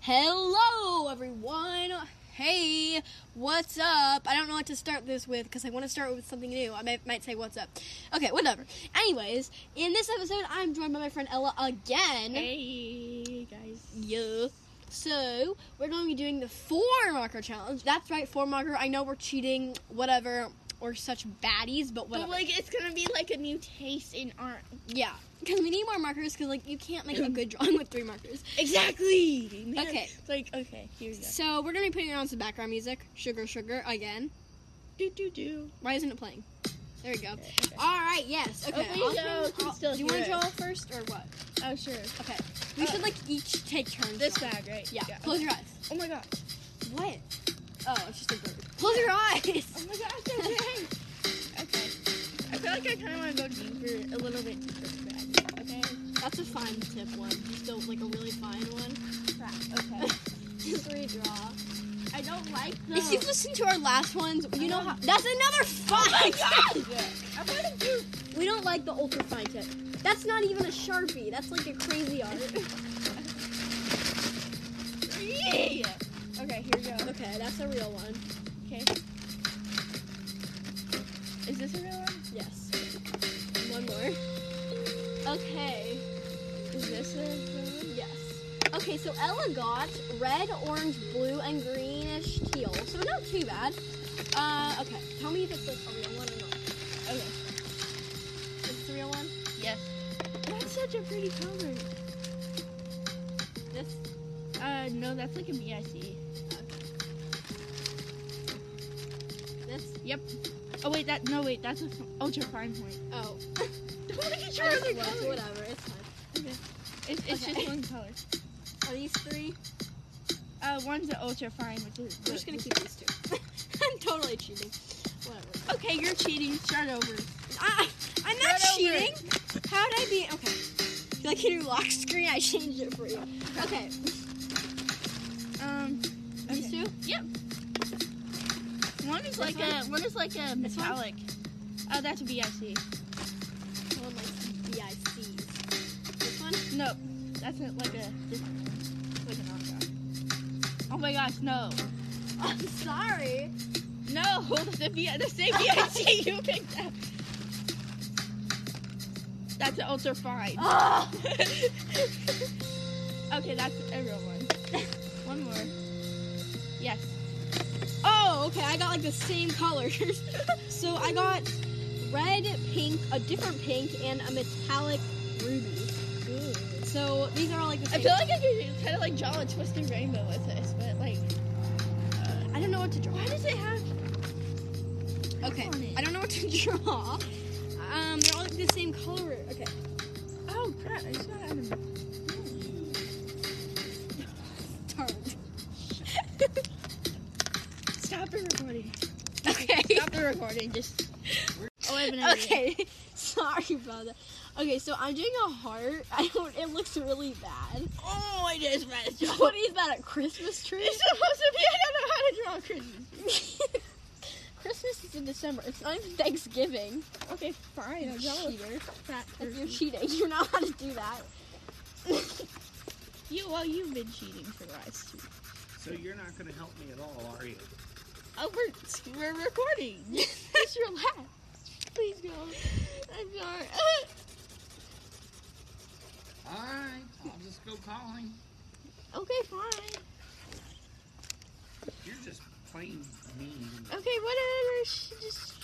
Hello, everyone. Hey, what's up? I don't know what to start this with because I want to start with something new. I might, might say what's up. Okay, whatever. Anyways, in this episode, I'm joined by my friend Ella again. Hey guys. Yeah. So we're going to be doing the four marker challenge. That's right, four marker. I know we're cheating, whatever. We're such baddies, but whatever. But like it's gonna be like a new taste in art. yeah, because we need more markers. Because like you can't make a good drawing with three markers. Exactly. Man, Okay. it's Like okay, here we go. So we're gonna be putting on some background music. Sugar, sugar again. Do do do. Why isn't it playing? There we go. Okay, okay. All right. Yes. Okay. Oh, please, I'll- oh, I can I'll- still do you hear want it. to draw first or what? Oh sure. Okay. We Uh, should like each take turns. This drawing. bag, right? Yeah. Close your eyes. Oh my god. What? Oh, it's just a bird. Close your eyes. Oh my god. Okay. okay. I feel like I kind of want to go deeper, a little bit deeper. for that. Okay. That's a fine tip one. Just a, like a really fine one. Crap. Okay. Just redraw. I don't like the. If you've listened to our last ones, you know know. how. That's another fine. tip. I want to do. We don't like the ultra fine tip. That's not even a sharpie. That's like a crazy art. Yeah. Okay. Here we go. okay, that's a real one. Okay. Is this a real one? Yes. One more. Okay. Is this a real one? Yes. Okay, so Ella got red, orange, blue, and greenish teal. So not too bad. Uh, okay. Tell me if it's like a real one or not. Okay. It's the real one. Yes. That's such a pretty color. This. Uh, no, that's like a BIC. This. Yep. Oh wait, that no wait, that's a f- ultra fine point. Oh. Don't make it I just looked, Whatever. It's fine. It's, it's Okay. just one color. Are these three? Uh, one's an ultra fine, which is. I'm just gonna keep these two. I'm totally cheating. Whatever. Okay, you're cheating. Start over. I, I'm not Start over. cheating. How'd I be? Okay. Like your lock screen, I changed it for you. Okay. Um, These okay. two? Yep. One is This like a one? one is like a This one? metallic. Oh, that's a BIC. One of my BICs. This one? No, that's a, like a different one. Like an ultra. Oh my gosh, no. I'm sorry. No, the, B- the same BIC you picked up. That's an ultra fine. Oh, okay, that's a real one. One more. Yes. oh, okay. I got like the same colors. so I got red, pink, a different pink, and a metallic ruby. So these are all like the I same. feel like I could kind of like draw a twisted rainbow with this, but like, I don't know what to draw. why does it have? Okay. on it? I don't know what to draw. Um, they're all like the same color. Okay. Oh crap! I just got out of. Darn. Stop the recording. Okay. Stop the recording. Just. Oh, I have an idea. Okay, sorry about that. Okay, so I'm doing a heart. I don't. It looks really bad. Oh, I just messed up. What is that? A Christmas tree? It's supposed to be. I don't know how to draw Christmas. Christmas is in December. It's not even Thanksgiving. Okay, fine. I'll draw a cheater. fat If you're turkey. cheating, you know how to do that. You well, you've been cheating for the last two. So you're not going to help me at all, are you? Oh, we're we're recording. Just relax. Please go. I'm sorry. All right, I'll just go calling. okay, fine. You're just plain mean. Okay, whatever. Sh- Just.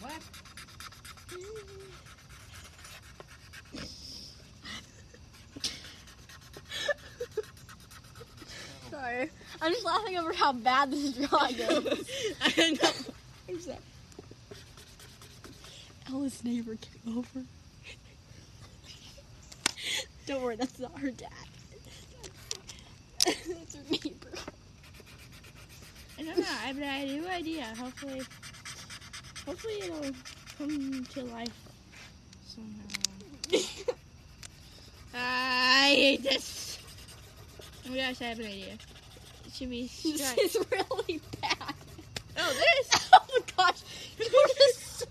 What? Sorry. I'm just laughing over how bad this drawing is. I know. I'm sorry. Ella's neighbor came over. Don't worry, that's not her dad. that's her neighbor. I don't know. I have I have no idea. Hopefully, hopefully it'll come to life somehow. Ah, I hate this. Oh my gosh, I have an idea. It should be This striped. is really bad. oh, this. Oh my gosh, you're just so.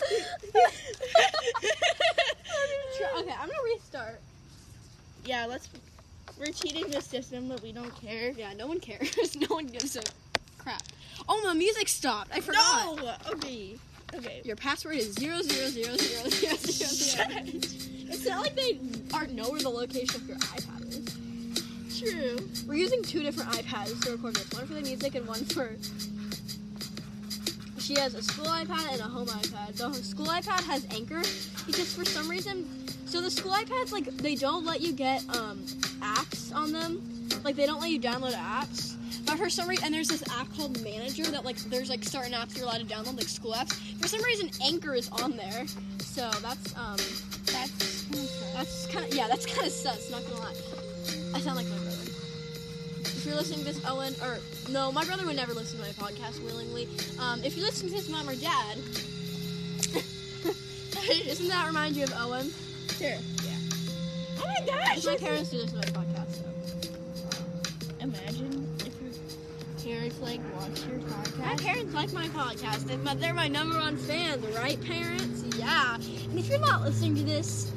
Try- okay, I'm gonna restart. yeah, let's. We're cheating the system, but we don't care. Yeah, no one cares. no one gives a crap. Oh, my music stopped. I forgot. No. Okay. Okay. Your password is zero zero zero zero zero zero zero. It's not like they are know where the location of your iPad is. True. We're using two different iPads to record this. One for the music and one for. She has a school iPad and a home iPad. The school iPad has Anchor because for some reason, so the school iPads like they don't let you get um apps on them. Like they don't let you download apps. But for some reason, and there's this app called Manager that like there's like certain apps you're allowed to download, like school apps. For some reason, Anchor is on there. So that's um That's. that's kind of yeah, that's kind of sus. Not gonna lie, I sound like my brother. If you're listening to this, Owen, or no, my brother would never listen to my podcast willingly. Um, if you're listening to this, mom or dad, doesn't that remind you of Owen? Sure. Yeah. Oh my gosh. My that's- parents do this to my podcast. So. Imagine if your parents like watch your My podcast. parents like my podcast. They're my, they're my number one fans, right, parents? Yeah. And if you're not listening to this,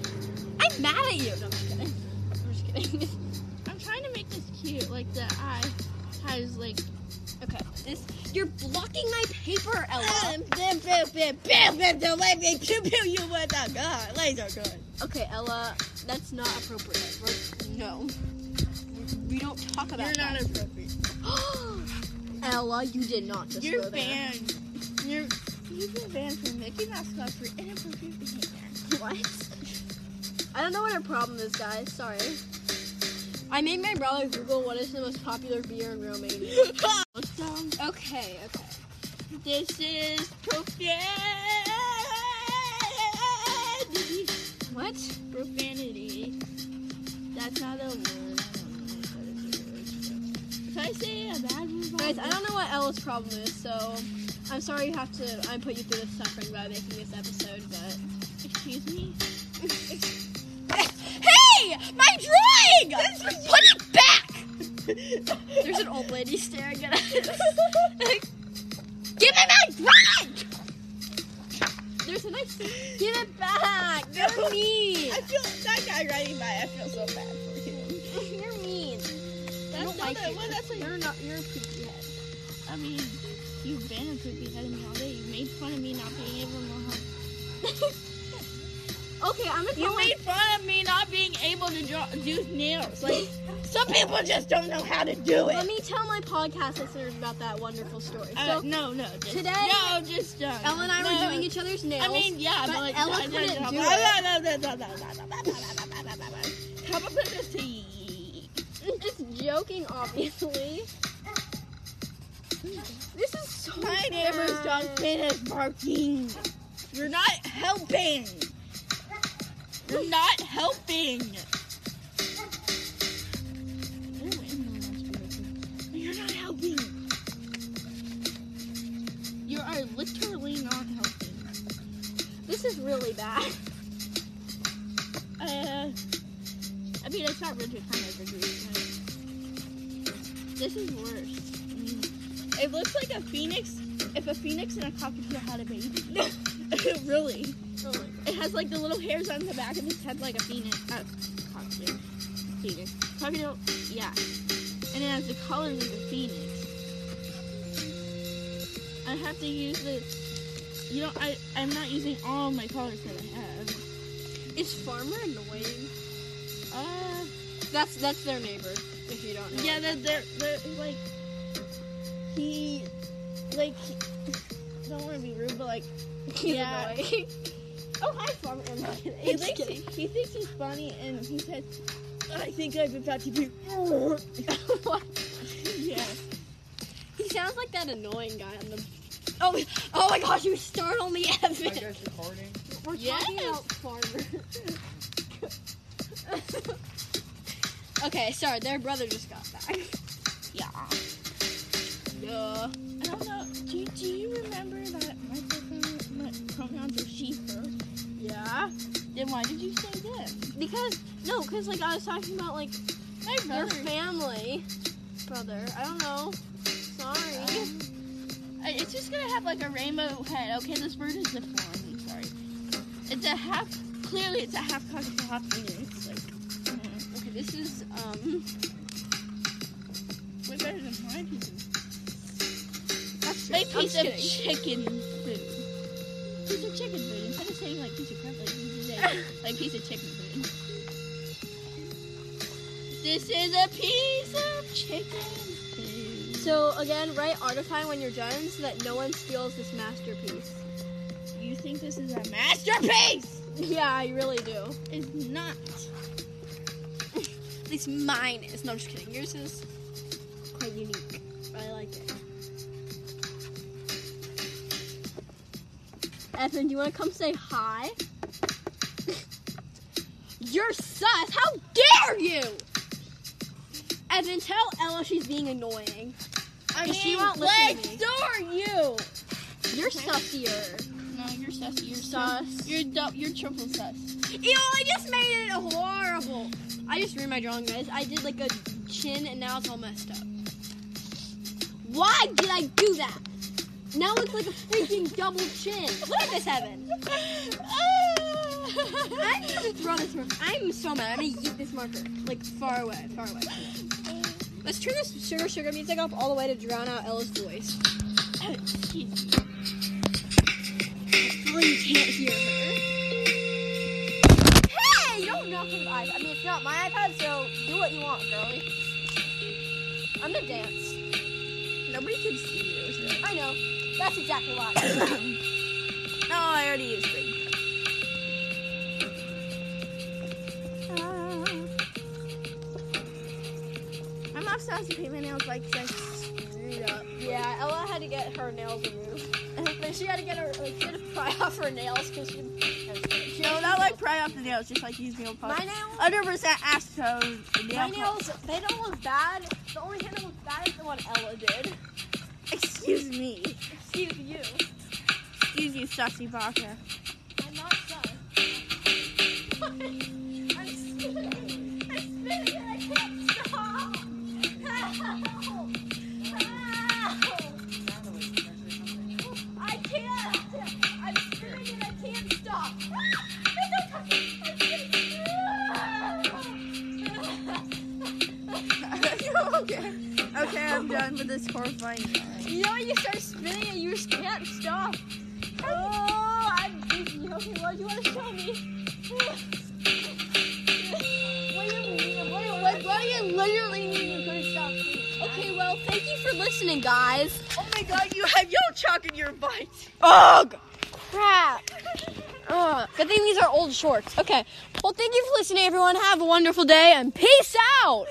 I'm mad at you. No, I'm just kidding. I'm just kidding. I'm trying to make this cute, like the eye has like. okay. This you're blocking my paper, Ella. you with a gun, laser gun. Okay, Ella, that's not appropriate. We're, no. We don't talk about You're not that. appropriate. Ella, you did not just You're go there. banned. You're you've been banned from Mickey Mouse Club for inappropriate behavior. What? I don't know what our problem is, guys. Sorry. I made my brother Google what is the most popular beer in Romania. so okay, okay. this is profanity. What? Profanity. That's not a word. I don't know if that is a word. If I say a bad word, Guys, I don't know what Ella's problem is, so I'm sorry you have to. I put you through this suffering by making this episode, but. Excuse me. Hey, my drawing! Put it back. There's an old lady staring at us. Give me my drawing! There's a nice. Give it back. You're No. mean. I feel that guy riding by. I feel so bad for him. You're mean. That's I don't like a- you. well, that's like, You're not. You're a poopy head. I mean, you've been a poopy head me all day. You made fun of me not being able to. Know how Okay, I'm gonna. You tell my- made fun of me not being able to draw, do nails. Like some people just don't know how to do Let it. me tell my podcast listeners about that wonderful story. Uh, so, no, no, just, today, no, just don't. Ella and I No. were doing each other's nails. I mean, yeah, but but, like, Ella no, no, couldn't no, do no, it. no, no, no, no, no, no, no, no, no, no, no, no. Come up with this to eat. just joking, obviously. This is so My neighbor's bad. dog Finn is barking. You're not helping. You're not helping. You're not helping. You are literally not helping. This is really bad. Uh, I mean, it's not rigid kind of degree. But this is worse. I mean, it looks like a phoenix. If a phoenix and a cockatoo had a baby, really. Oh my god. It has like the little hairs on the back of its head, like a phoenix. Uh, cockatoo. Phoenix. Cockatoo. Yeah. And it has the colors of a phoenix. I have to use the. You know, I I'm not using all my colors that I have. Is Farmer annoying? Uh, That's that's their neighbor. If you don't know. yeah, they're, they're they're like he like he- don't want to be rude, but like He's yeah. annoying. Oh, hi, farmer. I'm kidding. He I'm thinks kidding. he thinks he's funny, and he says, "I think I'm about to be." What? yeah. he sounds like that annoying guy on the. Oh, oh my gosh! You startle me, Evan. Are you guys recording? We're talking Yes. about farmer. okay, sorry, their brother just got back. Yeah. Yeah. I don't know. Do you, do you remember that my pronoun- my pronouns are she, her? Yeah. Then why did you say them? Because no, because like I was talking about like My your brother. family, brother. I don't know. Sorry. Um, I- it's just gonna have like a rainbow head. Okay, this bird is different. I'm sorry. It's a half. Clearly, it's a half cock. It's a half phoenix. Like, mm, Okay, This is um way better than my piece of That's my true. I'm piece just of kidding. chicken food. Piece of chicken food instead of saying like piece of crap, like you just say like piece of chicken food. This is a piece of chicken food. So again, write artify when you're done so that no one steals this masterpiece. You think this is a masterpiece? yeah, I really do. It's not. At least mine is. No, I'm just kidding. Yours is quite unique. I like it. Ethan, do you want to come say hi? You're sus. How dare you? Evan, tell Ella she's being annoying. I mean, she won't what listen to me. are you? You're Okay. sussier. No, you're sus. You're Sus. You're du- You're triple sus. Ew, I just made it horrible. I just ruined my drawing, guys. I did like a chin and now it's all messed up. Why did I do that? Now it looks like a freaking double chin. Look at this, Evan. I'm gonna throw this marker. I'm so mad. I'm gonna eat this marker. Like, far away, far away. Let's turn this sugar sugar music up all the way to drown out Ella's voice. Hopefully Oh, you can't hear her. Hey, don't knock his eyes. I mean, it's not my iPad, so do what you want, girlie. I'm gonna dance. Nobody can see you. So. I know. That's exactly why. No, Oh, I already used it. I'm obsessed with painting Ah. my nails like this. yeah, Ella had to get her nails removed. but she had to get her, like, she had to pry off her nails because she. No, she No, not like pry off the nails, just like use nail My polish. nails? 100% acetone My nail polish. nails, they don't look bad. The only thing that looks bad is the one Ella did. Excuse me. Excuse you. Excuse you, Sassy Barker. I'm not done. I'm spinning. I'm spinning and I can't stop. Help! Help! I can't. I'm spinning and I can't stop. Ah! Don't touch me. I'm spinning. okay. Okay, I'm done with this horrifying drawing. You know when you start spinning and you just can't stop. Oh, I'm dizzy. Okay, what do you want to show me? what do you mean? What do you, what, what do you literally mean you couldn't stop me? Okay, well, thank you for listening, guys. Oh my god, you have yo chalk in your bite. Ugh! Crap. Ugh. Good thing these are old shorts. Okay. Well, thank you for listening, everyone. Have a wonderful day and peace out.